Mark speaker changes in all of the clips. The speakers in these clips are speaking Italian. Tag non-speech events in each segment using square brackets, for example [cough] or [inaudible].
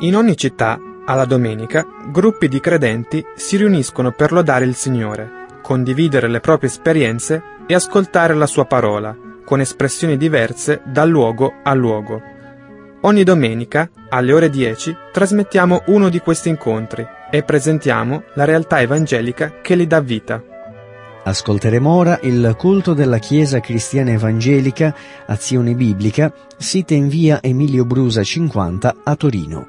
Speaker 1: In ogni città, alla domenica, gruppi di credenti si riuniscono per lodare il Signore, condividere le proprie esperienze e ascoltare la Sua parola, con espressioni diverse da luogo a luogo. Ogni domenica, alle ore 10, trasmettiamo uno di questi incontri e presentiamo la realtà evangelica che li dà vita.
Speaker 2: Ascolteremo ora il culto della Chiesa Cristiana Evangelica Azione Biblica, sita in via Emilio Brusa 50 a Torino.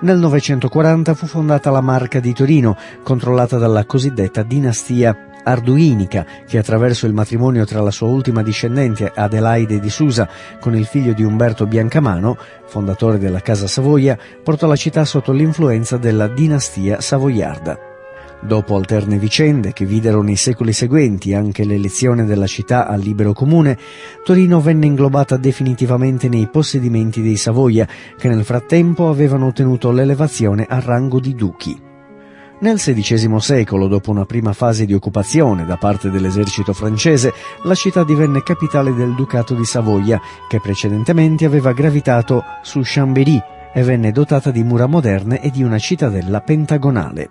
Speaker 2: Nel 940 fu fondata la Marca di Torino, controllata dalla cosiddetta dinastia arduinica, che attraverso il matrimonio tra la sua ultima discendente Adelaide di Susa con il figlio di Umberto Biancamano, fondatore della Casa Savoia, portò la città sotto l'influenza della dinastia savoiarda. Dopo alterne vicende che videro nei secoli seguenti anche l'elezione della città al libero comune, Torino venne inglobata definitivamente nei possedimenti dei Savoia, che nel frattempo avevano ottenuto l'elevazione al rango di duchi. Nel XVI secolo, dopo una prima fase di occupazione da parte dell'esercito francese, la città divenne capitale del Ducato di Savoia, che precedentemente aveva gravitato su Chambéry e venne dotata di mura moderne e di una cittadella pentagonale.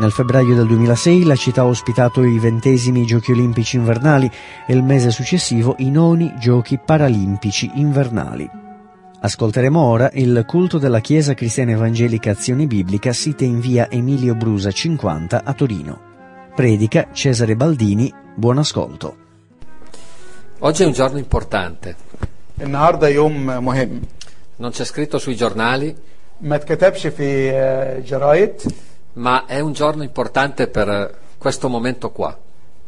Speaker 2: Nel febbraio del 2006 la città ha ospitato i ventesimi Giochi Olimpici invernali e il mese successivo i noni Giochi Paralimpici invernali. Ascolteremo ora il culto della Chiesa Cristiana Evangelica Azione Biblica sita in via Emilio Brusa 50 a Torino. Predica Cesare Baldini, buon ascolto.
Speaker 3: Oggi è un giorno importante,
Speaker 4: النهارده يوم مهم
Speaker 3: non c'è scritto sui giornali,
Speaker 4: ما اتكتبش في آه، جرايد
Speaker 3: ma è un giorno importante per eh, questo momento qua.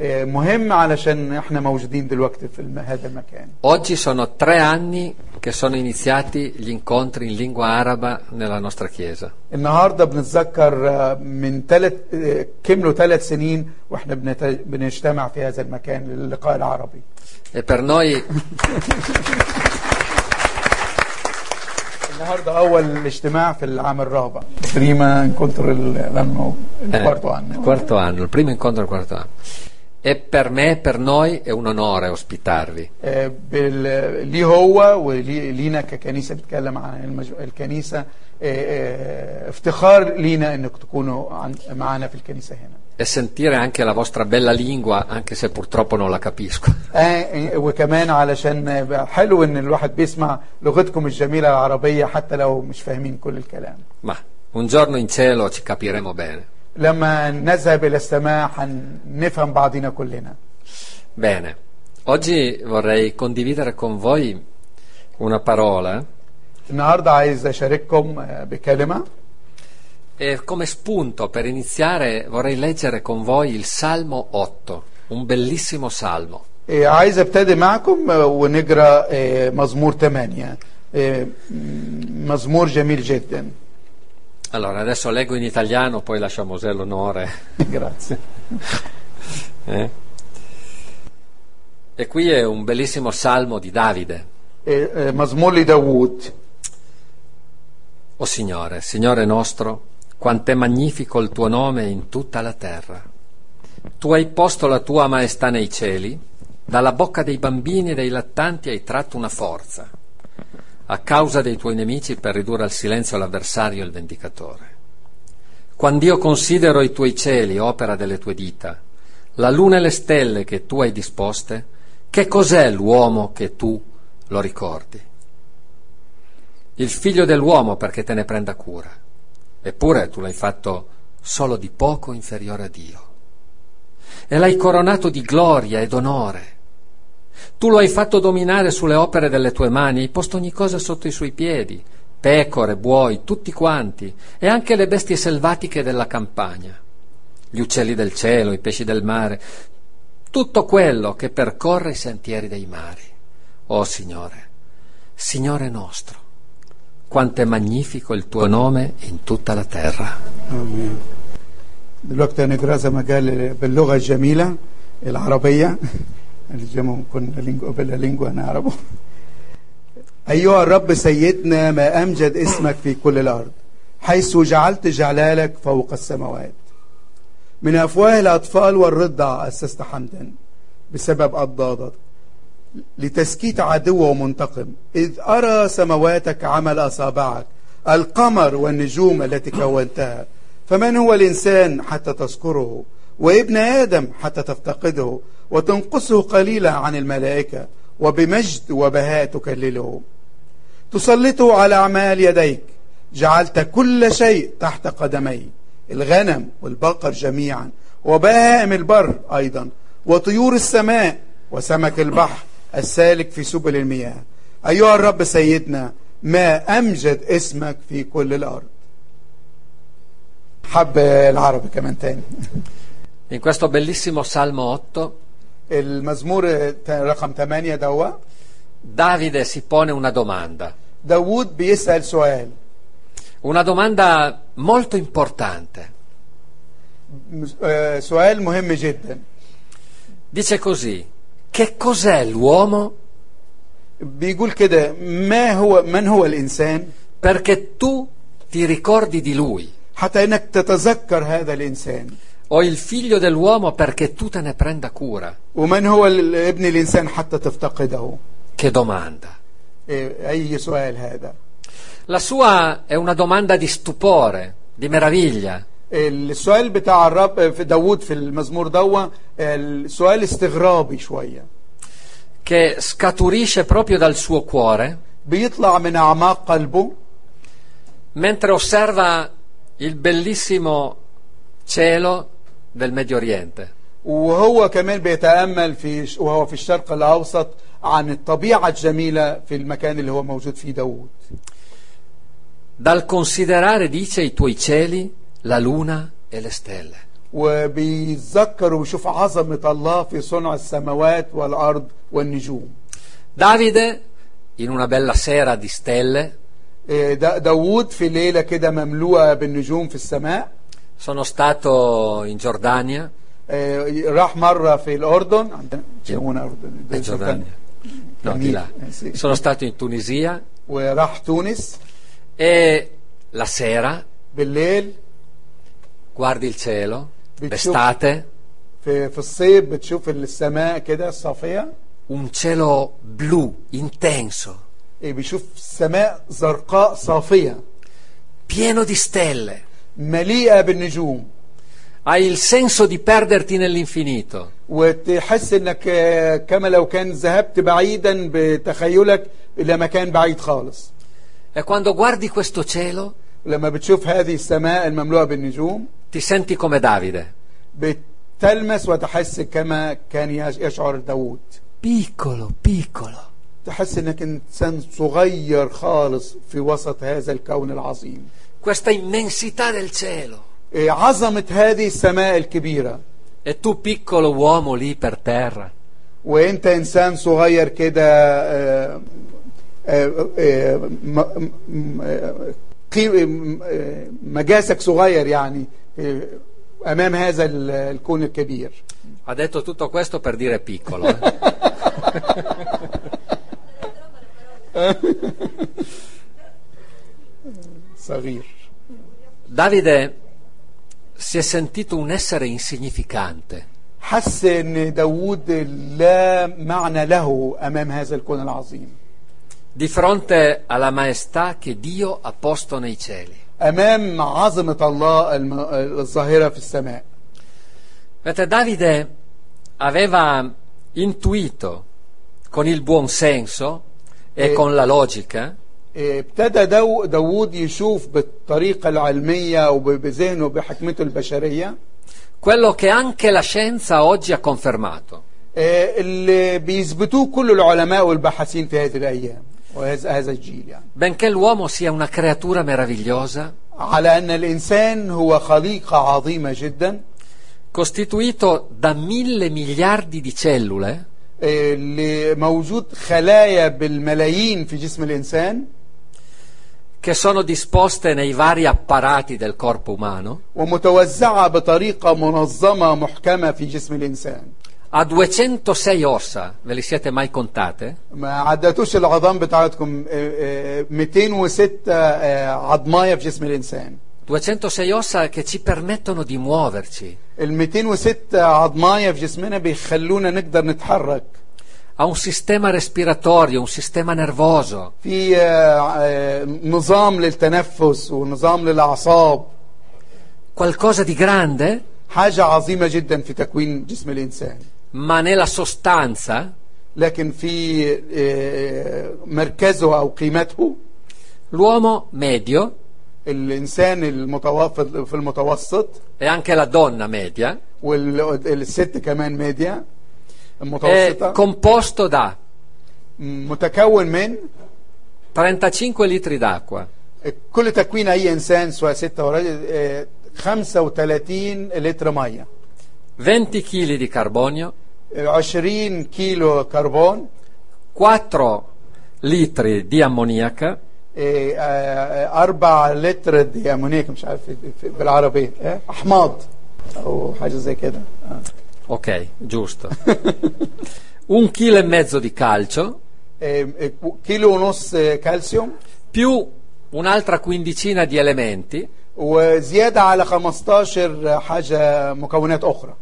Speaker 4: آه، مهم علشان احنا موجودين دلوقتي في الم- هذا المكان
Speaker 3: Oggi sono tre anni che sono iniziati gli incontri in lingua araba nella nostra Chiesa.
Speaker 4: النهارده بنتذكر آه، من ثلاث كملوا ثلاث سنين واحنا بنت- بنجتمع في هذا المكان للقاء العربي
Speaker 3: E per noi
Speaker 4: النهارده اول اجتماع في العام الرابع بريما انكونتر
Speaker 3: Eh,
Speaker 4: الكوارتو عنه
Speaker 3: quarto anno, il primo incontro del quarto anno. E per me, per noi, è un onore ospitarvi.
Speaker 4: آه، بال- ليه هو ولينا ككنيسه بتكلم عن المج- الكنيسه آه، آه، افتخار لينا انك تكونوا عن- معانا في الكنيسه هنا
Speaker 3: E sentire anche la vostra bella lingua, anche se purtroppo non la capisco.
Speaker 4: آه، وكمان علشان يبقى حلو ان الواحد بيسمع لغتكم الجميله العربيه حتى لو مش فاهمين كل الكلام
Speaker 3: Ma un giorno in cielo ci capiremo bene.
Speaker 4: لما نذهب الى السماء هنفهم بعضنا كلنا
Speaker 3: Bene, oggi vorrei condividere con voi una parola
Speaker 4: النهارده عايز اشارككم آه، بكلمه
Speaker 3: e come spunto per iniziare vorrei leggere con voi il Salmo 8, un bellissimo salmo.
Speaker 4: آه، عايز ابتدي معكم آه، ونقرا آه، مزمور 8 آه، مزمور جميل جدا
Speaker 3: Allora, adesso leggo in italiano, poi lascio a Mosè l'onore.
Speaker 4: [laughs] Grazie.
Speaker 3: eh? E qui è un bellissimo salmo di Davide.
Speaker 4: آه، آه، مزمور لداوود
Speaker 3: O Signore, Signore nostro, quant'è magnifico il tuo nome in tutta la terra. Tu hai posto la tua maestà nei cieli, dalla bocca dei bambini e dei lattanti hai tratto una forza, a causa dei tuoi nemici per ridurre al silenzio l'avversario e il vendicatore. Quando io considero i tuoi cieli, opera delle tue dita, la luna e le stelle che tu hai disposte, che cos'è l'uomo che tu lo ricordi? il figlio dell'uomo perché te ne prenda cura. Eppure tu l'hai fatto solo di poco inferiore a Dio. E l'hai coronato di gloria ed onore. Tu lo hai fatto dominare sulle opere delle tue mani, hai posto ogni cosa sotto i suoi piedi, pecore, buoi, tutti quanti, e anche le bestie selvatiche della campagna, gli uccelli del cielo, i pesci del mare, tutto quello che percorre i sentieri dei mari. O Signore, Signore nostro, quanto è magnifico il tuo nome in tutta la terra.
Speaker 4: دلوقتي هنقرا زي ما قال باللغه الجميله العربيه [laughs] الجمو كنا لينجو بلا لينجو هنعربه ايها الرب سيدنا ما امجد اسمك في كل الارض حيث جعلت جلالك فوق السماوات من افواه الاطفال والرضع اسست حمدا بسبب اضدادك لتسكيت عدو ومنتقم إذ أرى سمواتك عمل أصابعك القمر والنجوم التي كونتها فمن هو الإنسان حتى تذكره وابن آدم حتى تفتقده وتنقصه قليلا عن الملائكة وبمجد وبهاء تكلله تسلطه على أعمال يديك جعلت كل شيء تحت قدمي الغنم والبقر جميعا وبهائم البر أيضا وطيور السماء وسمك البحر السالك في سبل المياه أيها الرب سيدنا ما أمجد اسمك في كل الأرض حب العربي كمان تاني
Speaker 3: In questo bellissimo Salmo 8
Speaker 4: المزمور رقم 8 دوا
Speaker 3: Davide si pone una domanda,
Speaker 4: داوود بيسأل سؤال
Speaker 3: una domanda molto importante.
Speaker 4: آه، سؤال مهم جدا
Speaker 3: Dice così, che cos'è l'uomo
Speaker 4: بيقول كده ما هو من هو الإنسان
Speaker 3: perché tu ti ricordi di lui?
Speaker 4: حتى انك تتذكر هذا الانسان
Speaker 3: O il figlio dell'uomo perché tu te ne prenda cura?
Speaker 4: ومن هو ال- ابن الانسان حتى تفتقده
Speaker 3: Che domanda.
Speaker 4: إيه، اي سؤال هذا
Speaker 3: La sua è una domanda di stupore, di meraviglia.
Speaker 4: إيه، السؤال بتاع الرب في داوود في المزمور دوا السؤال استغرابي شوية
Speaker 3: che scaturisce proprio dal suo cuore
Speaker 4: بيطلع من أعماق قلبه
Speaker 3: mentre osserva il bellissimo cielo del Medio Oriente.
Speaker 4: وهو كمان بيتأمل في وهو في الشرق الأوسط عن الطبيعة الجميلة في المكان اللي هو موجود فيه داوود
Speaker 3: Dal considerare, dice, i tuoi cieli, la luna e le stelle.
Speaker 4: وبيتذكر وبيشوف عظمة الله في صنع السماوات والأرض والنجوم
Speaker 3: Davide, in una bella sera di stelle,
Speaker 4: إيه، دا- داوود في ليلة كده مملوءة بالنجوم في السماء
Speaker 3: sono stato in Giordania,
Speaker 4: إيه، راح مرة في الأردن عندنا جمونة أردن
Speaker 3: in Giordania, no, di là.
Speaker 4: Eh, sì.
Speaker 3: Sono stato in Tunisia
Speaker 4: وراح تونس
Speaker 3: e la sera
Speaker 4: بالليل
Speaker 3: guardi il cielo,
Speaker 4: Bicchiu-
Speaker 3: l'estate,
Speaker 4: في, في الصيف بتشوف السماء كده الصافية
Speaker 3: un cielo blu, intenso,
Speaker 4: إيه، بيشوف السماء زرقاء صافية
Speaker 3: pieno di stelle.
Speaker 4: مليئة بالنجوم
Speaker 3: Hai il senso di perderti nell'infinito.
Speaker 4: وتحس انك آه، كما لو كان ذهبت بعيدا بتخيلك الى مكان بعيد خالص
Speaker 3: E quando guardi questo cielo,
Speaker 4: لما بتشوف هذه السماء المملوءة بالنجوم
Speaker 3: ti senti come Davide,
Speaker 4: بتلمس وتحس كما كان يش- يشعر داود
Speaker 3: piccolo, piccolo.
Speaker 4: تحس انك انسان صغير خالص في وسط هذا الكون العظيم
Speaker 3: Questa immensità del cielo.
Speaker 4: إيه، عظمة هذه السماء الكبيرة
Speaker 3: E tu piccolo uomo lì per terra.
Speaker 4: وانت انسان صغير كده آه، آه، آه، م- م- آه، قي- م- آه، مجاسك صغير يعني آه، امام هذا ال- الكون الكبير
Speaker 3: Ha detto tutto questo per dire piccolo. eh. [laughs]
Speaker 4: صغير
Speaker 3: Davide si è sentito un essere insignificante,
Speaker 4: حس ان داود لا معنى له امام هذا الكون العظيم
Speaker 3: di fronte alla maestà che Dio ha posto nei cieli.
Speaker 4: امام عظمه الله الم- الظاهره في السماء
Speaker 3: Vedete, Davide aveva intuito con il buon senso e
Speaker 4: Eh.
Speaker 3: con la logica
Speaker 4: إيه، ابتدى داو- داود يشوف بالطريقه العلميه وبذهنه بحكمته البشريه
Speaker 3: quello che anche la scienza oggi ha confermato,
Speaker 4: آه، اللي بيثبتوه كل العلماء والباحثين في هذه الايام وهذا هذا الجيل يعني
Speaker 3: benché l'uomo sia una creatura meravigliosa,
Speaker 4: على ان الانسان هو خليقه عظيمه جدا
Speaker 3: costituito da mille miliardi di cellule,
Speaker 4: آه، اللي موجود خلايا بالملايين في جسم الانسان
Speaker 3: che sono disposte nei vari apparati del corpo umano,
Speaker 4: ومتوزعه بطريقه منظمه محكمه في جسم الانسان
Speaker 3: a 206 ossa, ve le siete mai contate?
Speaker 4: ما عدتوش العظام بتاعتكم آه، آه، 206 آه، عظمايه في جسم الانسان
Speaker 3: 206 ossa che ci permettono di muoverci,
Speaker 4: ال 206 عظمايه في جسمنا بيخلونا نقدر نتحرك
Speaker 3: ha un sistema respiratorio, un sistema nervoso,
Speaker 4: في آه، آه، نظام للتنفس ونظام للاعصاب
Speaker 3: qualcosa di grande,
Speaker 4: حاجه عظيمه جدا في تكوين جسم الانسان
Speaker 3: ma nella sostanza
Speaker 4: لكن في آه، مركزه او قيمته
Speaker 3: l'uomo medio
Speaker 4: الانسان المتوافق في المتوسط
Speaker 3: e anche la donna media
Speaker 4: والست كمان ميديا
Speaker 3: è آه،
Speaker 4: المتوسطه
Speaker 3: composto da
Speaker 4: متكون من
Speaker 3: 35 litri d'acqua.
Speaker 4: كل تكوين اي انسان سواء ست او راجل آه، 35 لتر ميه
Speaker 3: 20 kg di carbonio,
Speaker 4: 20 كيلو كربون
Speaker 3: 4 litri di ammoniaca,
Speaker 4: آه، آه، 4 لتر دي امونيك مش عارف بالعربي آه، احماض او حاجه زي كده آه.
Speaker 3: ok, giusto. Un chilo e mezzo di calcio,
Speaker 4: آه، آه، كيلو ونص آه، كالسيوم
Speaker 3: più un'altra quindicina di elementi.
Speaker 4: وزياده على 15 حاجه مكونات اخرى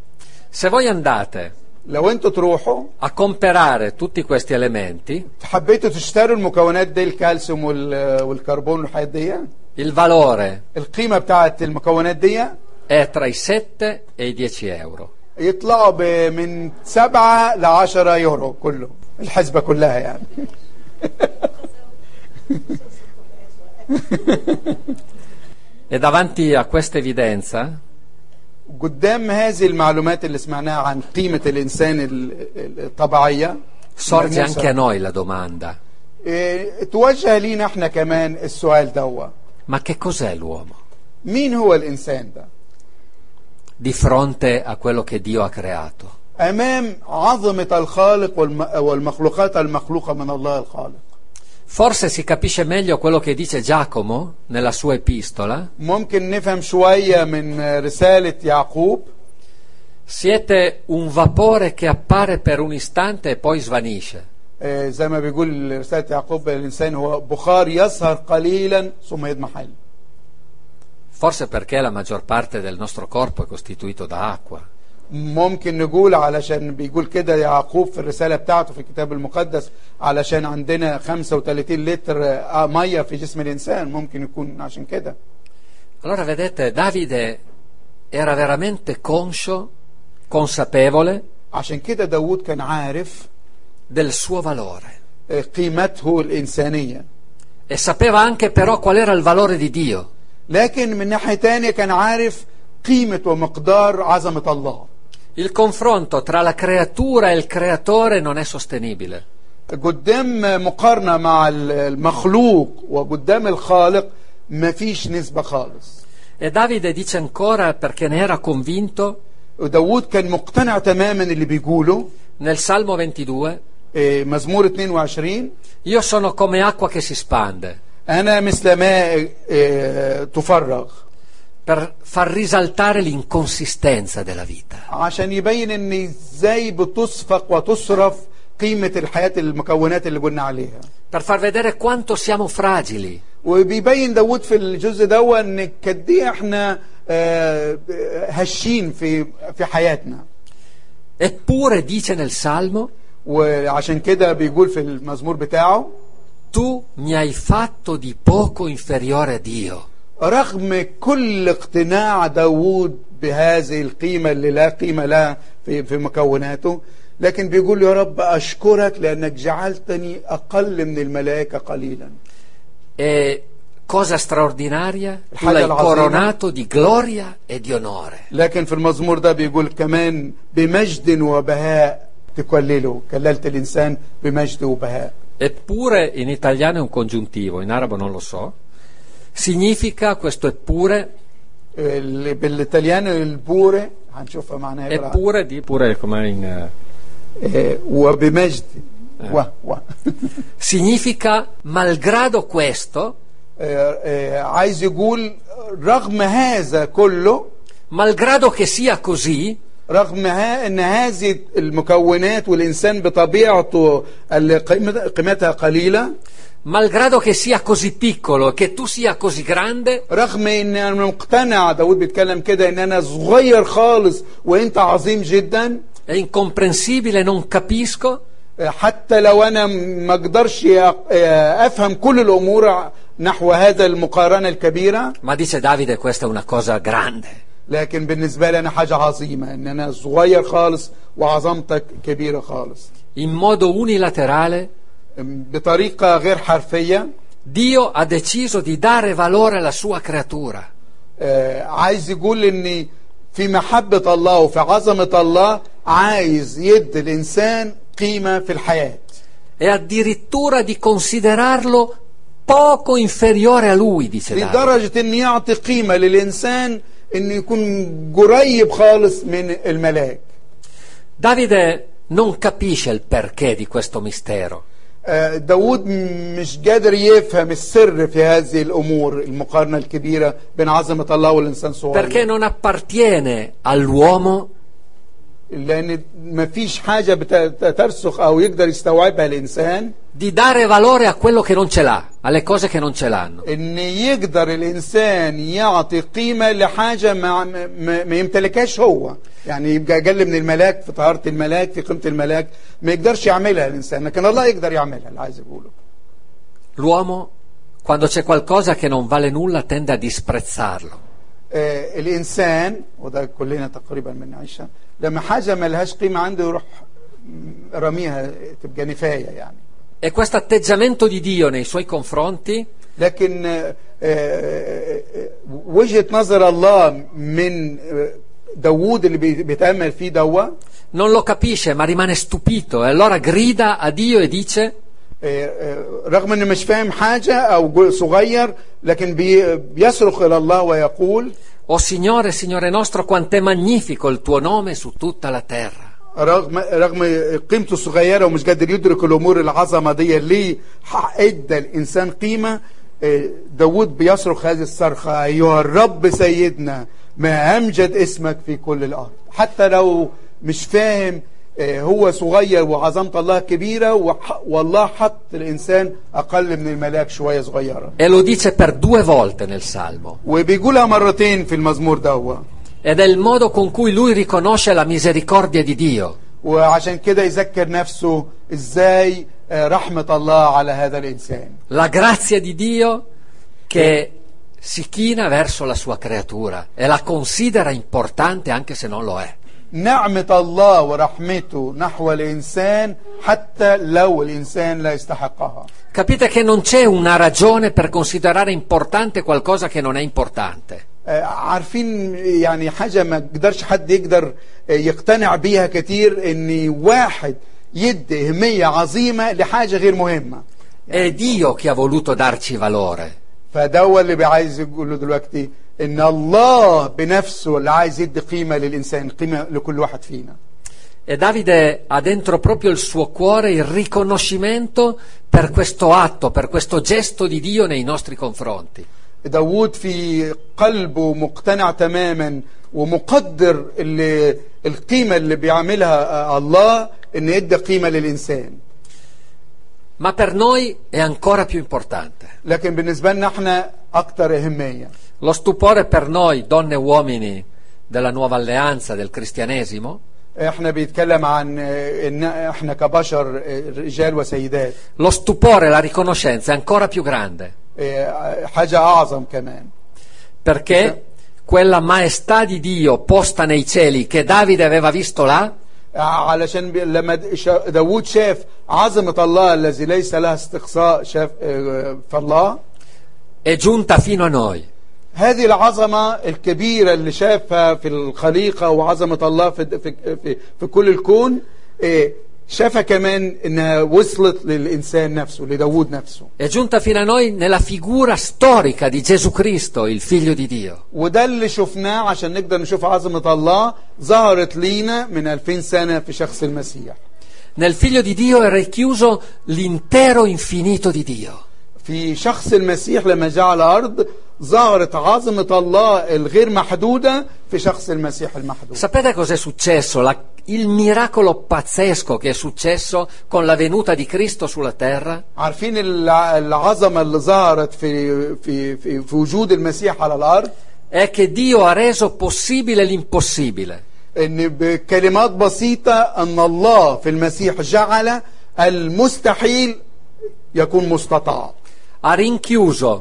Speaker 3: Se voi andate
Speaker 4: لو انتوا تروحوا
Speaker 3: a comprare tutti questi elementi,
Speaker 4: حبيتوا تشتروا المكونات دي الكالسيوم وال- والكربون والحاجات دي
Speaker 3: il valore
Speaker 4: القيمه بتاعت المكونات دي
Speaker 3: è tra i 7 e i 10 euro.
Speaker 4: يطلعوا ب- من 7 ل 10 يورو كله الحسبه كلها يعني
Speaker 3: E davanti a questa evidenza,
Speaker 4: قدام هذه المعلومات اللي سمعناها عن قيمه الانسان ال- ال- الطبيعيه
Speaker 3: sorge
Speaker 4: الملموسة،
Speaker 3: anche a noi la domanda,
Speaker 4: إيه، توجه لينا احنا كمان السؤال دوا
Speaker 3: ma che cos'è l'uomo
Speaker 4: مين هو الانسان ده
Speaker 3: di fronte a quello che Dio ha creato?
Speaker 4: امام عظمه الخالق والم- والمخلوقات المخلوقه من الله الخالق
Speaker 3: Forse si capisce meglio quello che dice Giacomo nella sua epistola.
Speaker 4: ممكن نفهم شوية من رسالة يعقوب
Speaker 3: Siete un vapore che appare per un istante e poi svanisce.
Speaker 4: آه، زي ما بيقول رسالة يعقوب الإنسان هو بخار يسهر قليلا ثم يضم حل
Speaker 3: Forse perché la maggior parte del nostro corpo è costituito da acqua.
Speaker 4: ممكن نقول علشان بيقول كده يعقوب في الرسالة بتاعته في الكتاب المقدس علشان عندنا 35 لتر آه، مية في جسم الإنسان ممكن يكون عشان كده
Speaker 3: Allora vedete, Davide era veramente conscio, consapevole
Speaker 4: عشان كده داود كان عارف
Speaker 3: del suo valore
Speaker 4: آه، قيمته الإنسانية
Speaker 3: e sapeva anche però qual era il valore di Dio.
Speaker 4: لكن من ناحية تانية كان عارف قيمة ومقدار عظمة الله
Speaker 3: Il confronto tra la creatura e il creatore non è sostenibile.
Speaker 4: قدام مقارنة مع المخلوق وقدام الخالق مفيش نسبة خالص
Speaker 3: E Davide dice ancora perché ne era convinto
Speaker 4: وداود كان مقتنع تماما اللي بيقوله
Speaker 3: nel Salmo 22,
Speaker 4: إيه، مزمور 22
Speaker 3: io sono come acqua che si spande
Speaker 4: أنا مثل ماء إيه، تفرغ
Speaker 3: per far risaltare l'inconsistenza della vita.
Speaker 4: عشان يبين ان ازاي بتصفق وتصرف قيمة الحياة المكونات اللي قلنا عليها
Speaker 3: Per far vedere quanto siamo fragili,
Speaker 4: وبيبين داود في الجزء ده ان قد إيه احنا آه، هشين في في حياتنا
Speaker 3: Eppure dice nel Salmo,
Speaker 4: وعشان كده بيقول في المزمور بتاعه
Speaker 3: tu mi hai fatto di poco inferiore a Dio.
Speaker 4: رغم كل اقتناع داوود بهذه القيمة اللي لا قيمة لها في, في مكوناته لكن بيقول يا رب أشكرك لأنك جعلتني أقل من الملائكة قليلا
Speaker 3: E cosa straordinaria, tu
Speaker 4: Hagel
Speaker 3: l'hai
Speaker 4: Hazina.
Speaker 3: coronato di gloria e di onore.
Speaker 4: لكن في المزمور ده بيقول كمان بمجد وبهاء تكلله كللت الإنسان بمجد وبهاء
Speaker 3: Eppure in italiano è un congiuntivo, in arabo non lo so. Significa questo eppure,
Speaker 4: ال- بالإطليان البورة هنشوفها معناها إيه بالعربي.
Speaker 3: eppure di pure come in eh,
Speaker 4: آه، وبمجد و و [laughs]
Speaker 3: significa malgrado questo,
Speaker 4: آه، آه، عايز يقول رغم هذا كله
Speaker 3: malgrado che sia così,
Speaker 4: رغم ها ان هذه المكونات والانسان بطبيعته اللي قيمت- قيمتها قليله
Speaker 3: malgrado che sia così piccolo, che tu sia così grande,
Speaker 4: رغم ان انا مقتنع داود بيتكلم كده ان انا صغير خالص وانت عظيم جدا
Speaker 3: è incomprensibile, non capisco,
Speaker 4: حتى لو انا م- ما اقدرش أ- افهم كل الامور نحو هذا المقارنه الكبيره
Speaker 3: ma dice Davide questa è una cosa grande.
Speaker 4: لكن بالنسبه لي انا حاجه عظيمه ان انا صغير خالص وعظمتك كبيره خالص
Speaker 3: In modo unilaterale
Speaker 4: بطريقه غير حرفيه
Speaker 3: Dio ha deciso di dare valore alla sua creatura.
Speaker 4: آه، عايز يقول ان في محبة الله وفي عظمة الله عايز يدي الإنسان قيمة في الحياة
Speaker 3: e addirittura di considerarlo poco inferiore a lui, dice Davide.
Speaker 4: لدرجة ان يعطي قيمة للانسان انه يكون قريب خالص من الملاك
Speaker 3: Davide non capisce il perché di questo mistero.
Speaker 4: آه، داود م- مش قادر يفهم السر في هذه الامور المقارنة الكبيرة بين عظمة الله والانسان
Speaker 3: Perché
Speaker 4: صغير
Speaker 3: non appartiene all'uomo,
Speaker 4: لان مفيش حاجة بت- ترسخ او يقدر يستوعبها الانسان
Speaker 3: di dare valore a quello che non ce l'ha, alle cose che non ce l'hanno.
Speaker 4: ان يقدر الانسان يعطي قيمه لحاجه ما, ما, ما يمتلكهاش هو يعني يبقى اقل من الملاك في طهاره الملاك في قيمه الملاك ما يقدرش يعملها الانسان لكن الله يقدر يعملها اللي عايز اقوله
Speaker 3: L'uomo, quando c'è qualcosa che non vale nulla, tende a disprezzarlo.
Speaker 4: آه الانسان وده كلنا تقريبا بنعيشها لما حاجه ما لهاش قيمه عنده يروح رميها تبقى نفايه يعني
Speaker 3: E questo atteggiamento di Dio nei suoi confronti
Speaker 4: لكن آه، آه، آه، وجهه نظر الله من آه، داوود اللي بي- بيتامل فيه دوّة
Speaker 3: non lo capisce, ma rimane stupito e allora grida a Dio e dice:
Speaker 4: إيه، رغم انه مش فاهم حاجه او جو- صغير لكن بي- بيصرخ الى الله ويقول
Speaker 3: O Signore, Signore nostro, quant'è magnifico il tuo nome su tutta la terra.
Speaker 4: رغم رغم قيمته الصغيره ومش قادر يدرك الامور العظمه دي اللي ح- ادى الانسان قيمه آه، داود بيصرخ هذه الصرخه ايها الرب سيدنا ما امجد اسمك في كل الارض حتى لو مش فاهم آه، هو صغير وعظمه الله كبيره وح- والله حط الانسان اقل من الملاك شويه صغيره
Speaker 3: E lo dice per due volte nel Salmo.
Speaker 4: وبيقولها مرتين في المزمور ده
Speaker 3: Ed è il modo con cui lui riconosce la misericordia di Dio.
Speaker 4: وعشان كده يذكر نفسه ازاي آه، رحمة الله على هذا الإنسان
Speaker 3: La grazia di Dio che si china verso la sua creatura e la considera importante anche se non lo è.
Speaker 4: نعمة الله ورحمته نحو الإنسان حتى لو الإنسان لا يستحقها
Speaker 3: Capite che non c'è una ragione per considerare importante qualcosa che non è importante.
Speaker 4: آه، عارفين يعني حاجة ما قدرش حد يقدر آه، يقتنع بيها كتير إن واحد يدي أهمية عظيمة لحاجة غير مهمة
Speaker 3: È Dio che ha voluto darci valore.
Speaker 4: فده هو اللي عايز يقوله دلوقتي ان الله بنفسه اللي عايز يدي قيمه للانسان قيمه لكل واحد فينا
Speaker 3: E Davide ha dentro proprio il suo cuore il riconoscimento per questo atto, per questo gesto di Dio nei nostri confronti.
Speaker 4: داوود في قلبه مقتنع تماما ومقدر اللي القيمه اللي بيعملها الله ان يدي قيمه للانسان
Speaker 3: Ma per noi è ancora più importante.
Speaker 4: لكن بالنسبه لنا احنا اكتر اهميه
Speaker 3: Lo stupore per noi, donne e uomini della nuova alleanza, del cristianesimo,
Speaker 4: احنا بيتكلم عن ان احنا كبشر رجال وسيدات
Speaker 3: lo stupore, la riconoscenza è ancora più grande,
Speaker 4: حاجه اعظم إيه، كمان
Speaker 3: perché quella maestà di Dio posta nei cieli che Davide aveva visto là,
Speaker 4: علشان بي... لما د- شا- داوود شاف عظمة الله الذي ليس لها استقصاء شاف آه، فالله
Speaker 3: è giunta fino a noi.
Speaker 4: هذه العظمة الكبيرة اللي شافها في الخليقة وعظمة الله في الد- في في, في كل الكون آه، شافها كمان انها وصلت للانسان نفسه لداوود نفسه
Speaker 3: È giunta fino a noi nella figura storica di Gesù Cristo, il Figlio di Dio.
Speaker 4: وده اللي شفناه عشان نقدر نشوف عظمة الله ظهرت لينا من 2000 سنة في شخص المسيح
Speaker 3: Nel Figlio di Dio è richiuso l'intero infinito di Dio.
Speaker 4: في شخص المسيح لما جاء على الأرض ظهرت عظمة الله الغير محدودة في شخص المسيح المحدود
Speaker 3: Sapete cos'è successo? La- il miracolo pazzesco che è successo con la venuta di Cristo sulla terra?
Speaker 4: عارفين الع- العظمة اللي ظهرت في, في, في, في وجود المسيح على الأرض
Speaker 3: È che Dio ha reso possibile l'impossibile.
Speaker 4: إن بكلمات بسيطة أن الله في المسيح جعل المستحيل يكون مستطاع
Speaker 3: Ha rinchiuso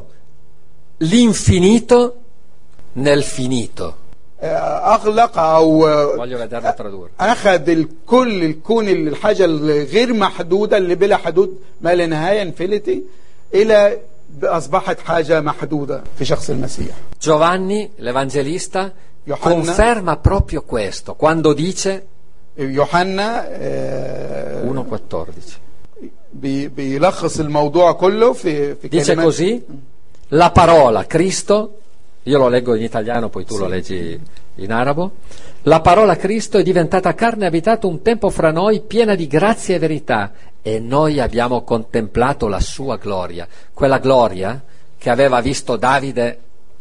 Speaker 3: l'infinito nel finito.
Speaker 4: أغلق أو
Speaker 3: Voglio vederlo tradurre.
Speaker 4: أخذ الكل الكون الحاجة الغير محدودة اللي بلا حدود ما لا نهاية انفينيتي إلى أصبحت حاجة محدودة في شخص المسيح
Speaker 3: Giovanni, l'Evangelista,
Speaker 4: Johanna.
Speaker 3: conferma proprio questo quando dice
Speaker 4: يوحنا آه،
Speaker 3: 1,14.
Speaker 4: بي- بيلخص الموضوع كله في في
Speaker 3: Dice
Speaker 4: كلمات
Speaker 3: così, la parola Cristo, io lo leggo in italiano, poi tu lo leggi in arabo, la parola Cristo è diventata carne e ha abitato un tempo fra noi piena di grazia e verità e noi abbiamo contemplato la sua gloria, quella gloria che aveva visto Davide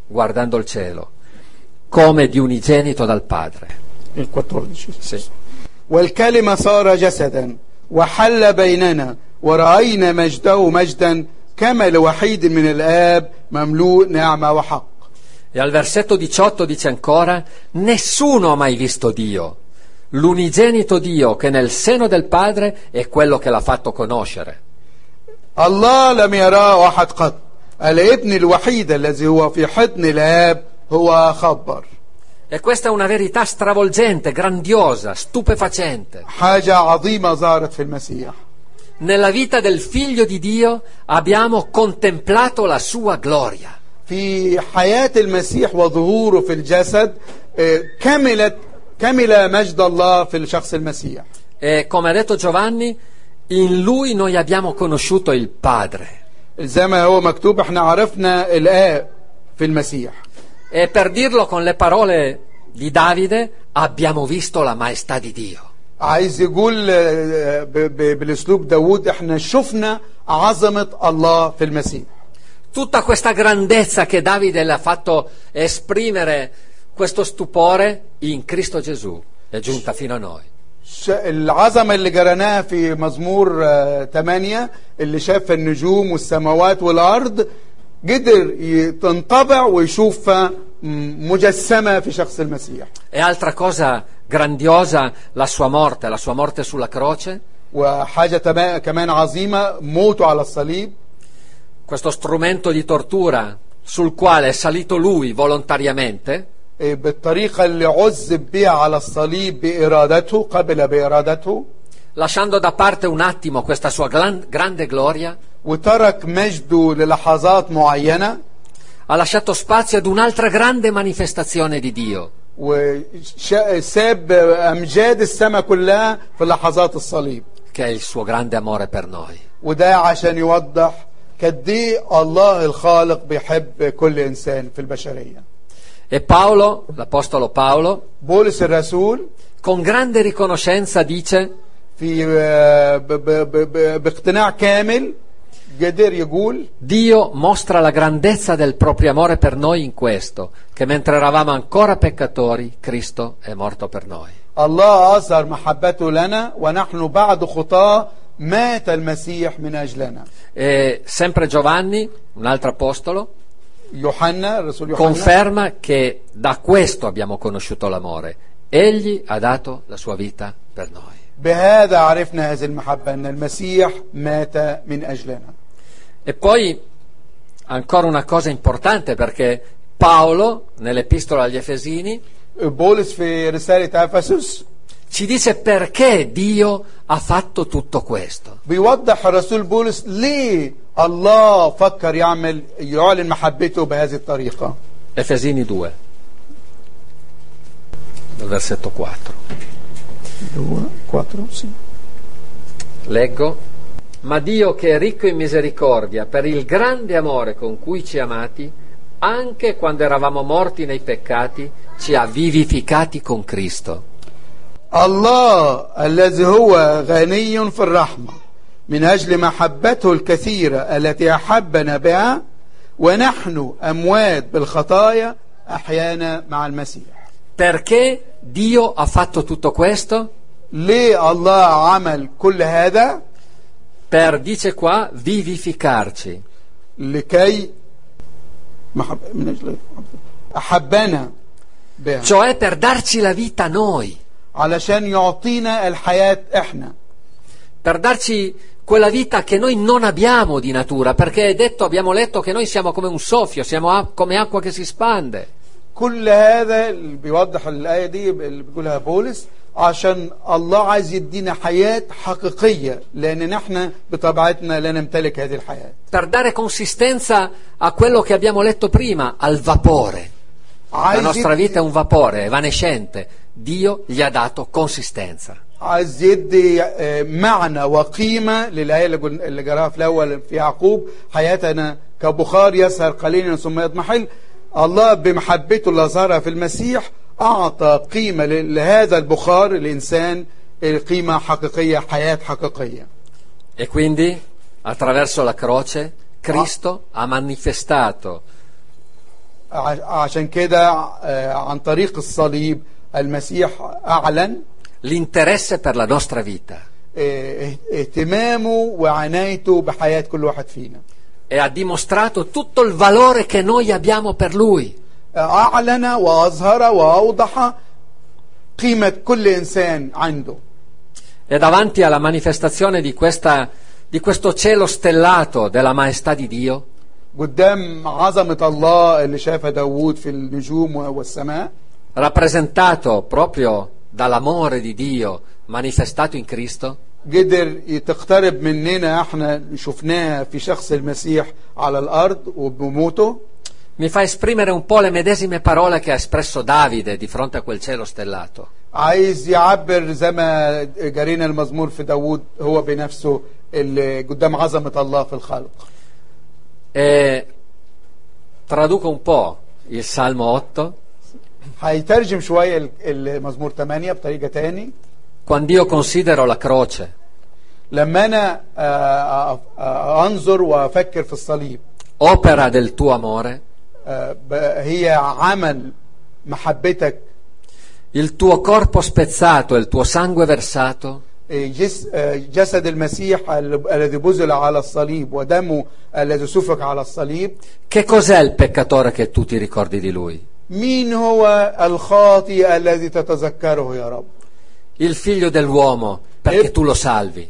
Speaker 3: guardando il cielo, come di unigenito dal Padre.
Speaker 4: ال 14
Speaker 3: Sì.
Speaker 4: والكلمة صار جسدا وحل بيننا ورأينا مجده مجدا كما لوحيد من الآب مملوء نعمة وحق
Speaker 3: E al versetto 18 dice ancora, nessuno ha mai visto Dio, l'unigenito Dio che nel seno del Padre è quello che l'ha fatto conoscere.
Speaker 4: الله لم يراه أحد قط الابن الوحيد الذي هو في حضن الآب هو خبر
Speaker 3: E questa è una verità stravolgente, grandiosa, stupefacente.
Speaker 4: حاجة عظيمة ظهرت في المسيح
Speaker 3: Nella vita del Figlio di Dio abbiamo contemplato la sua gloria.
Speaker 4: في حياة المسيح وظهوره في الجسد آه، كملت كمل مجد الله في الشخص المسيح
Speaker 3: E come ha detto Giovanni, in lui noi abbiamo conosciuto il Padre.
Speaker 4: زي ما هو مكتوب احنا عرفنا الآب في المسيح
Speaker 3: E per dirlo con le parole di Davide, abbiamo visto la maestà di Dio.
Speaker 4: عايز يقول آه، ب- ب- بالاسلوب داوود احنا شفنا عظمة الله في المسيح
Speaker 3: Tutta questa grandezza che Davide le ha fatto esprimere, questo stupore in Cristo Gesù, è giunta fino a noi.
Speaker 4: ش- العظمة اللي جريناها في مزمور آه، 8 اللي شاف النجوم والسماوات والأرض قدر ي- تنطبع ويشوفها م- مجسمة في شخص المسيح
Speaker 3: E altra cosa grandiosa, la sua morte, la sua morte sulla croce,
Speaker 4: وحاجة تما- كمان عظيمة موته على الصليب
Speaker 3: questo strumento di tortura sul quale è salito lui volontariamente,
Speaker 4: آه، بالطريقة اللي عذب بها على الصليب بإرادته قبل بإرادته
Speaker 3: lasciando da parte un attimo questa sua gran- grande gloria,
Speaker 4: وترك مجده للحظات معينة
Speaker 3: ha lasciato spazio ad un'altra grande manifestazione di Dio,
Speaker 4: وساب أمجاد السماء كلها في لحظات الصليب
Speaker 3: che è il suo grande amore per noi.
Speaker 4: وده عشان يوضح قد ايه الله الخالق بيحب كل انسان في البشريه
Speaker 3: E Paolo, l'apostolo Paolo,
Speaker 4: بولس الرسول
Speaker 3: con grande riconoscenza dice
Speaker 4: في آه، ب- ب- ب- ب- باقتناع كامل قدر يقول
Speaker 3: Dio mostra la grandezza del proprio amore per noi in questo, che mentre eravamo ancora peccatori, Cristo è morto per noi.
Speaker 4: الله اظهر محبته لنا ونحن بعد خطاه مات المسيح من اجلنا
Speaker 3: E sempre Giovanni, un altro apostolo,
Speaker 4: يوحنا الرسول يوحنا
Speaker 3: conferma che da questo abbiamo conosciuto l'amore. Egli ha dato la sua vita per noi.
Speaker 4: بهذا عرفنا هذه المحبه ان المسيح مات من اجلنا
Speaker 3: E poi ancora una cosa importante perché Paolo, nell'epistola agli Efesini,
Speaker 4: بولس في رساله افسس
Speaker 3: ci dice perché Dio ha fatto tutto questo.
Speaker 4: بيوضح الرسول بولس ليه الله فكر يعمل يعلن محبته بهذه الطريقة
Speaker 3: Efesini 2, dal versetto 4. Leggo. Ma Dio che è ricco in misericordia per il grande amore con cui ci ha amati, anche quando eravamo morti nei peccati, ci ha vivificati con Cristo.
Speaker 4: الله الذي هو غني في الرحمة من أجل محبته الكثيرة التي أحبنا بها ونحن أموات بالخطايا أحيانا مع المسيح
Speaker 3: Perché Dio ha fatto tutto questo?
Speaker 4: ليه الله عمل كل هذا
Speaker 3: Per, dice qua, vivificarci.
Speaker 4: لكي محب... من أجل أحبنا بها
Speaker 3: Cioè per darci la vita a noi,
Speaker 4: علشان يعطينا الحياة احنا
Speaker 3: per darci quella vita che noi non abbiamo di natura, perché è detto, abbiamo letto che noi siamo come un soffio, siamo a- come acqua che si spande.
Speaker 4: كل هذا اللي بيوضح الآية دي اللي بيقولها بولس عشان الله عايز يدينا حياة حقيقية لأن نحن بطبيعتنا لا نمتلك هذه الحياة
Speaker 3: per dare consistenza a quello che abbiamo letto prima, al vapore. La
Speaker 4: عايز
Speaker 3: nostra
Speaker 4: يدي-
Speaker 3: vita è un vapore evanescente. Dio gli ha dato consistenza.
Speaker 4: عايز يدي آه، معنى وقيمة للآية اللي قل- اللي جراها في الأول في يعقوب حياتنا كبخار يسهر قليلا ثم يضمحل الله بمحبته اللي أظهرها في المسيح أعطى قيمة ل- لهذا البخار الإنسان قيمة حقيقية حياة حقيقية
Speaker 3: E quindi, attraverso la croce, Cristo ha manifestato
Speaker 4: ع- عشان كده آه، عن طريق الصليب المسيح أعلن
Speaker 3: l'interesse per la nostra vita
Speaker 4: آه، اهتمامه وعنايته بحياة كل واحد فينا
Speaker 3: e ha dimostrato tutto il valore che noi abbiamo per Lui.
Speaker 4: أعلن وأظهر وأوضح قيمة كل إنسان عنده
Speaker 3: E davanti alla manifestazione di, questa- di questo cielo stellato della maestà di Dio,
Speaker 4: قدام عظمة الله اللي شافها داوود في النجوم والسماء
Speaker 3: rappresentato proprio dall'amore di Dio manifestato in Cristo,
Speaker 4: قدر تقترب مننا احنا شفناها في شخص المسيح على الأرض وبموته
Speaker 3: mi fa esprimere un po' le medesime parole che ha espresso Davide di fronte a quel cielo stellato.
Speaker 4: عايز يعبر زي ما جرينا المزمور في داوود هو بنفسه اللي قدام عظمة الله في الخلق
Speaker 3: E traduco un po' il Salmo 8.
Speaker 4: هيترجم شوية المزمور 8 بطريقة تاني
Speaker 3: Quando io considero la croce,
Speaker 4: لما انا آه، آه، آه، انظر وافكر في الصليب
Speaker 3: opera del tuo amore,
Speaker 4: آه، ب- هي عمل محبتك
Speaker 3: il tuo corpo spezzato e il tuo sangue versato,
Speaker 4: آه، جس- آه، جسد المسيح ال- الذي بذل على الصليب ودمه الذي سفك على الصليب
Speaker 3: che cos'è il peccatore che tu ti ricordi di lui?
Speaker 4: مين هو الخاطئ الذي تتذكره يا رب
Speaker 3: Il figlio dell'uomo, perché tu lo salvi.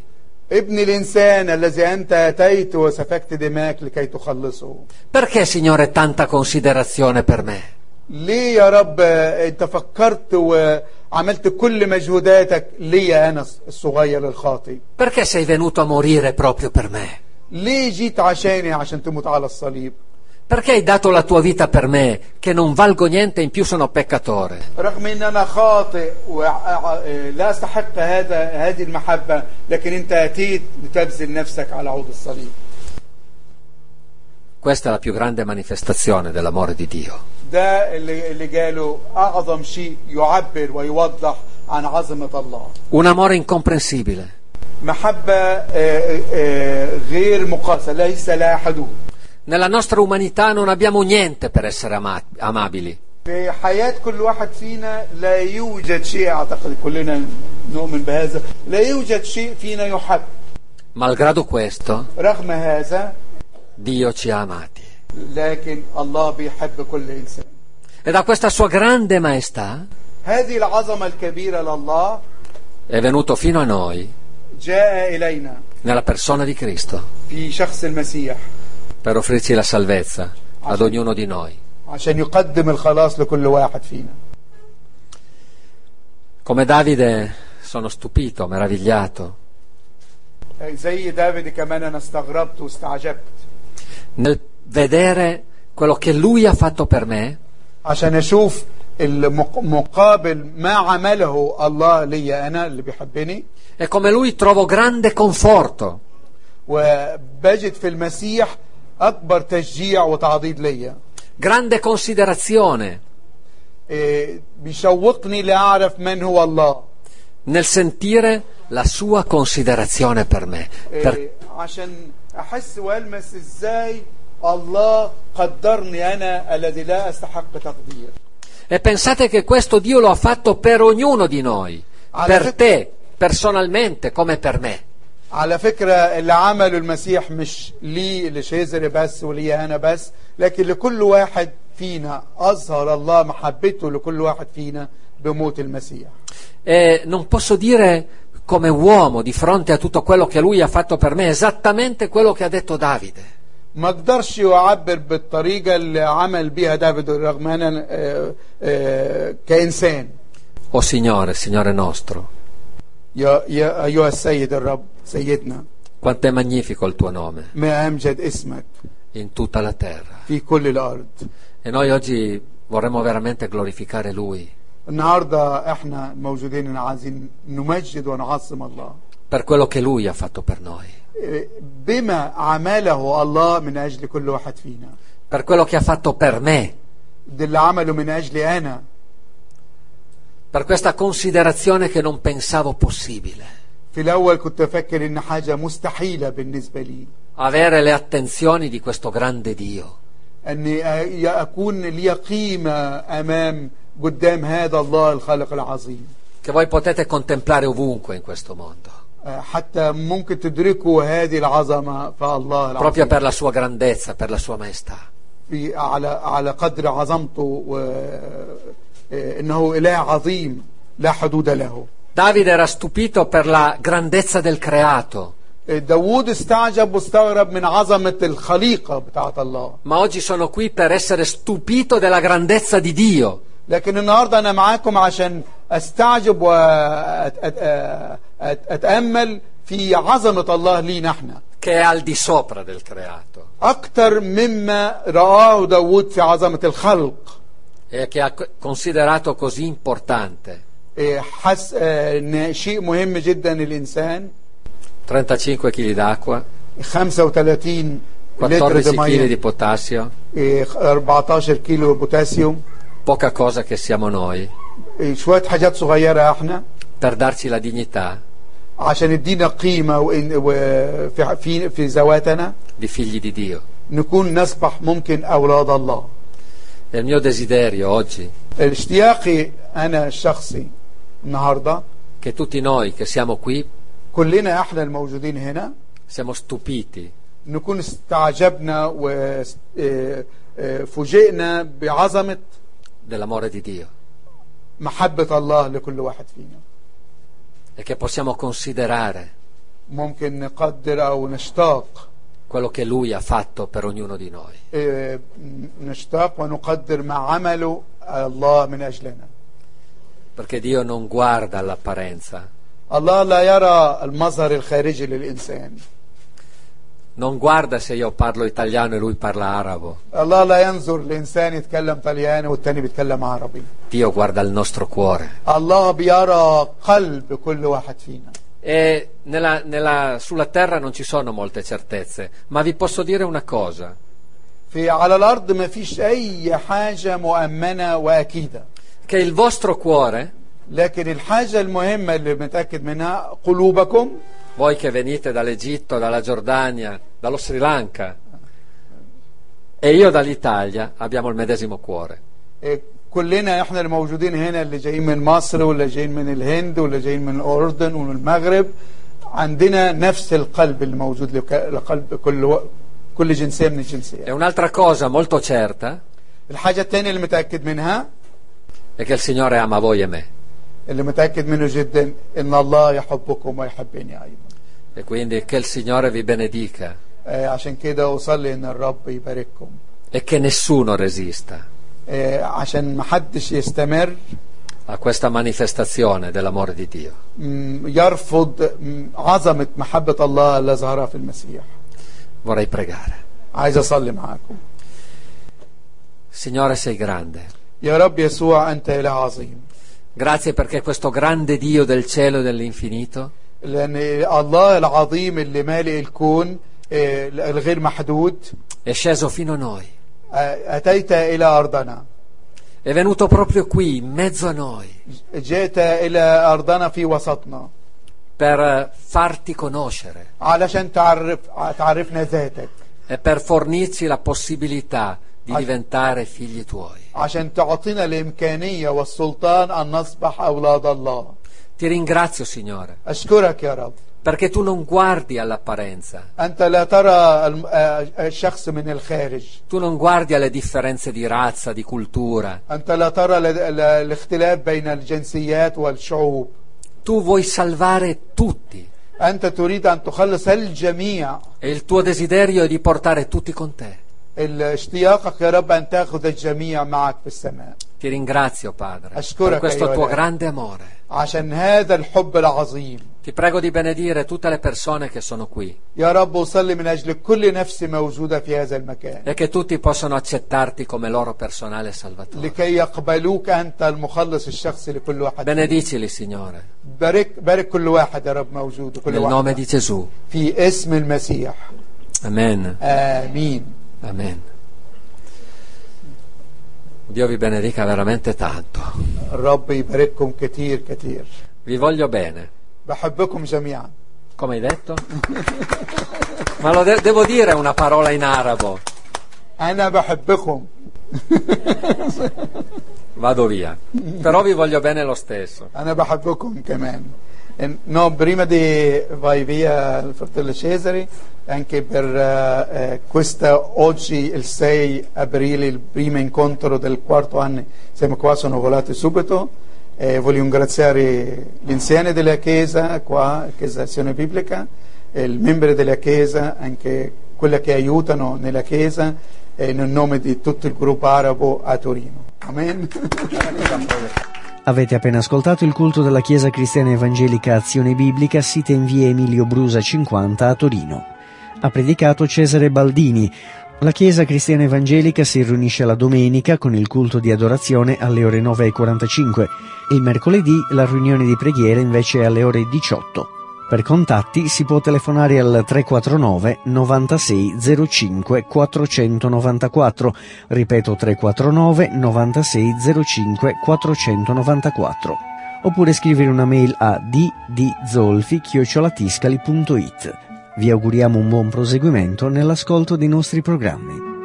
Speaker 4: ابن الانسان الذي انت اتيت وسفكت دماءك لكي تخلصه
Speaker 3: Perché, Signore, tanta considerazione per me?
Speaker 4: ليه يا رب آه، انت فكرت وعملت كل مجهوداتك ليا انا الصغير الخاطئ
Speaker 3: Perché sei venuto a morire proprio per me?
Speaker 4: ليه جيت عشاني عشان تموت على الصليب
Speaker 3: Perché hai dato la tua vita per me, che non valgo niente e in più sono peccatore?
Speaker 4: رغم ان انا خاطئ ولا استحق هذا هذه المحبه لكن انت اتيت لتبذل نفسك على عود الصليب
Speaker 3: Questa è la più grande manifestazione dell'amore di Dio.
Speaker 4: ده اللي اللي جاله اعظم شيء يعبر ويوضح عن عظمه الله
Speaker 3: Un amore incomprensibile,
Speaker 4: محبه آه، آه، غير مقاسه ليس لها حدود
Speaker 3: Nella nostra umanità non abbiamo niente per essere ama- amabili.
Speaker 4: في حياة كل واحد فينا لا يوجد شيء أعتقد كلنا نؤمن بهذا لا يوجد شيء فينا يحب
Speaker 3: Malgrado questo,
Speaker 4: رغم هذا
Speaker 3: Dio ci ha amati.
Speaker 4: لكن الله بيحب كل إنسان
Speaker 3: E da questa sua grande maestà
Speaker 4: هذه العظمة الكبيرة لله
Speaker 3: è venuto fino a noi
Speaker 4: جاء إلينا
Speaker 3: nella persona di Cristo
Speaker 4: في شخص المسيح
Speaker 3: per offrirci la salvezza ad ognuno di noi.
Speaker 4: عشان يقدم الخلاص لكل واحد فينا
Speaker 3: Come Davide sono stupito, meravigliato
Speaker 4: زي دافيد كمان أنا استغربت واستعجبت
Speaker 3: nel vedere quello che lui ha fatto per me
Speaker 4: عشان أشوف المق- مقابل ما عمله الله ليا أنا اللي بيحبني
Speaker 3: e come lui trovo grande conforto
Speaker 4: وبجد في المسيح أكبر تشجيع وتعضيد ليا
Speaker 3: grande considerazione
Speaker 4: إيه، بيشوقني لأعرف من هو الله
Speaker 3: nel sentire la sua considerazione per me. Per-
Speaker 4: إيه، عشان احس والمس ازاي الله قدرني انا الذي لا استحق تقدير
Speaker 3: e pensate che questo Dio lo ha fatto per ognuno di noi, per te personalmente come per me.
Speaker 4: على فكرة اللي عمله المسيح مش لي لشيزري بس ولي أنا بس لكن لكل واحد فينا أظهر الله محبته لكل واحد فينا بموت المسيح
Speaker 3: E non posso dire come uomo di fronte a tutto quello che lui ha fatto per me esattamente quello che ha detto Davide.
Speaker 4: ما اقدرش يعبر بالطريقة اللي عمل بيها دافيد رغم أنا آه، آه، كإنسان
Speaker 3: O Signore, Signore nostro,
Speaker 4: يا يا أيها السيد الرب سيدنا
Speaker 3: quanto è magnifico il tuo nome
Speaker 4: ما أمجد اسمك
Speaker 3: in tutta la terra.
Speaker 4: في كل الأرض
Speaker 3: E noi oggi vorremmo veramente glorificare lui.
Speaker 4: النهارده احنا موجودين إن عايزين نمجد ونعظم الله
Speaker 3: per quello che Lui ha fatto per noi,
Speaker 4: إيه، بما عمله الله من اجل كل واحد فينا
Speaker 3: per quello che ha fatto per me,
Speaker 4: ده اللي عمله من اجلي انا
Speaker 3: per questa considerazione che non pensavo possibile.
Speaker 4: في الاول كنت افكر ان حاجه مستحيله بالنسبه لي
Speaker 3: Avere le attenzioni di questo grande Dio.
Speaker 4: ان اكون لي قيمه امام قدام هذا الله الخالق العظيم
Speaker 3: che voi potete contemplare ovunque in questo mondo,
Speaker 4: حتى ممكن تدركوا هذه العظمه في الله
Speaker 3: proprio
Speaker 4: العظيم
Speaker 3: per la sua grandezza, per la sua maestà.
Speaker 4: في على على قدر عظمته وانه اله عظيم لا حدود له
Speaker 3: Davide era stupito per la grandezza del creato,
Speaker 4: داوود استعجب واستغرب من عظمه الخليقه بتاعت الله
Speaker 3: ma oggi sono qui per essere stupito della grandezza di Dio.
Speaker 4: لكن النهارده انا معاكم عشان استعجب واتامل في عظمه الله لينا احنا
Speaker 3: che è al di sopra del creato
Speaker 4: اكتر مما رآه داوود في عظمه الخلق
Speaker 3: e che ha co- considerato così importante.
Speaker 4: إيه، حس آه، ان شيء مهم جدا الانسان
Speaker 3: 35 kg d'acqua,
Speaker 4: 35 لتر
Speaker 3: 14 kg
Speaker 4: ميه
Speaker 3: di potassio,
Speaker 4: إيه، 14 كيلو بوتاسيوم
Speaker 3: poca cosa che siamo noi,
Speaker 4: إيه، شويه حاجات صغيره احنا
Speaker 3: per darci la dignità
Speaker 4: عشان يدينا قيمه وإن- وفي في في ذواتنا
Speaker 3: di figli di Dio.
Speaker 4: نكون نصبح ممكن اولاد الله
Speaker 3: E il mio desiderio oggi
Speaker 4: اشتياقي انا الشخصي النهارده
Speaker 3: che tutti noi che siamo qui
Speaker 4: كلنا احنا الموجودين هنا
Speaker 3: siamo stupiti
Speaker 4: نكون استعجبنا إيه، وفوجئنا بعظمه
Speaker 3: dell'amore di Dio
Speaker 4: محبه الله لكل واحد فينا
Speaker 3: e che possiamo considerare
Speaker 4: ممكن نقدر او نشتاق
Speaker 3: quello che Lui ha fatto per ognuno di noi.
Speaker 4: إيه، نشتاق ونقدر ما عمله الله من اجلنا
Speaker 3: Perché Dio non guarda all'apparenza,
Speaker 4: الله لا يرى المظهر الخارجي للانسان
Speaker 3: non guarda se io parlo italiano e Lui parla arabo.
Speaker 4: الله لا ينظر لانسان يتكلم طلياني والتاني بيتكلم عربي
Speaker 3: Dio guarda il nostro cuore.
Speaker 4: الله بيرى قلب كل واحد فينا
Speaker 3: E nella- nella- sulla terra non ci sono molte certezze, ma vi posso dire una cosa,
Speaker 4: في على الارض ما فيش اي حاجه مؤمنه واكيده
Speaker 3: che il vostro cuore,
Speaker 4: لكن الحاجه المهمه اللي متاكد منها قلوبكم
Speaker 3: voi che venite dall'Egitto, dalla Giordania, dallo Sri Lanka, e io dall'Italia, abbiamo il medesimo cuore.
Speaker 4: إيه، كلنا احنا الموجودين هنا اللي جايين من مصر واللي جايين من الهند واللي جايين من الاردن ومن المغرب عندنا نفس القلب اللي موجود لك- لقلب كل و... كل جنسيه من
Speaker 3: E
Speaker 4: الجنسيات
Speaker 3: un'altra cosa molto certa
Speaker 4: الحاجه الثانيه اللي متاكد منها
Speaker 3: è che il Signore ama voi e me.
Speaker 4: اللي متاكد منه جدا ان الله يحبكم ويحبني ايضا
Speaker 3: E quindi che il Signore vi benedica
Speaker 4: آه، عشان كده أصلي إن الرب يبارككم
Speaker 3: e che nessuno resista
Speaker 4: آه، عشان محدش يستمر
Speaker 3: a questa manifestazione dell'amore di Dio.
Speaker 4: مم، يرفض مم، عظمة محبة الله اللي ظهرها في المسيح
Speaker 3: Vorrei pregare.
Speaker 4: عايز أصلي معاكم
Speaker 3: Signore sei grande.
Speaker 4: يا رب يسوع أنت إله عظيم
Speaker 3: Grazie perché questo grande Dio del cielo e dell'infinito
Speaker 4: لأن الله العظيم اللي مالئ الكون آه، الغير محدود
Speaker 3: è sceso fino a noi,
Speaker 4: آه، أتيت إلى أرضنا
Speaker 3: è venuto proprio qui, in mezzo a noi,
Speaker 4: جئت إلى أرضنا في وسطنا
Speaker 3: per farti conoscere
Speaker 4: علشان تعرف تعرفنا ذاتك
Speaker 3: e per fornirci la possibilità di diventare figli tuoi.
Speaker 4: عشان تعطينا الإمكانية والسلطان أن نصبح أولاد الله
Speaker 3: Ti ringrazio, Signore,
Speaker 4: أشكرك يا رب
Speaker 3: perché tu non guardi all'apparenza,
Speaker 4: أنت لا ترى الم- آه، الشخص من الخارج
Speaker 3: tu non guardi alle differenze di razza, di cultura,
Speaker 4: أنت لا ترى ال- ال- الاختلاف بين الجنسيات والشعوب
Speaker 3: tu vuoi salvare tutti
Speaker 4: أنت تريد أن تخلص الجميع
Speaker 3: e il tuo desiderio è di portare tutti con te.
Speaker 4: ال- اشتياقك يا رب أن تأخذ الجميع معك في السماء
Speaker 3: Ti ringrazio, Padre, per
Speaker 4: Ascolta,
Speaker 3: questo tuo
Speaker 4: Iole.
Speaker 3: grande amore.
Speaker 4: عشان هذا الحب العظيم
Speaker 3: Ti Ti prego di benedire tutte le persone che sono qui
Speaker 4: يا رب أصلي من أجل كل نفس موجودة في هذا المكان
Speaker 3: e che tutti possano accettarti come loro personale salvatore.
Speaker 4: لكي يقبلوك أنت المخلص الشخصي لكل واحد
Speaker 3: Benedicili, Signore,
Speaker 4: بارك بارك كل واحد يا رب موجود وكل
Speaker 3: nel nome
Speaker 4: واحد
Speaker 3: di Gesù.
Speaker 4: في اسم المسيح
Speaker 3: Amen.
Speaker 4: آمين
Speaker 3: Amen. Dio vi benedica veramente tanto.
Speaker 4: الرب يبارككم كتير كتير
Speaker 3: Vi voglio bene.
Speaker 4: بحبكم جميعا
Speaker 3: Come hai detto? Ma lo de- devo dire una parola in arabo.
Speaker 4: أنا بحبكم
Speaker 3: Vado via. Però vi voglio bene lo stesso.
Speaker 4: أنا بحبكم كمان No, prima di vai via il fratello Cesare, anche per eh, eh, questa oggi, il 6 aprile, il primo incontro del quarto anno, siamo qua, sono volati subito. Eh, voglio ringraziare l'insieme della Chiesa, qua, Chiesa Azione Biblica, e i membri della Chiesa, anche quelli che aiutano nella Chiesa, e nel nome di tutto il gruppo arabo a Torino. Amen.
Speaker 2: Avete appena ascoltato il culto della Chiesa Cristiana Evangelica Azione Biblica, sita in via Emilio Brusa 50 a Torino. Ha predicato Cesare Baldini. La Chiesa Cristiana Evangelica si riunisce la domenica con il culto di adorazione alle ore 9.45. Il mercoledì la riunione di preghiera invece è alle ore 18. Per contatti si può telefonare al 349 9605 494 ripeto 349 9605 494 oppure scrivere una mail a ddzolfi@tiscali.it. Vi auguriamo un buon proseguimento nell'ascolto dei nostri programmi.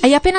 Speaker 5: Hai appena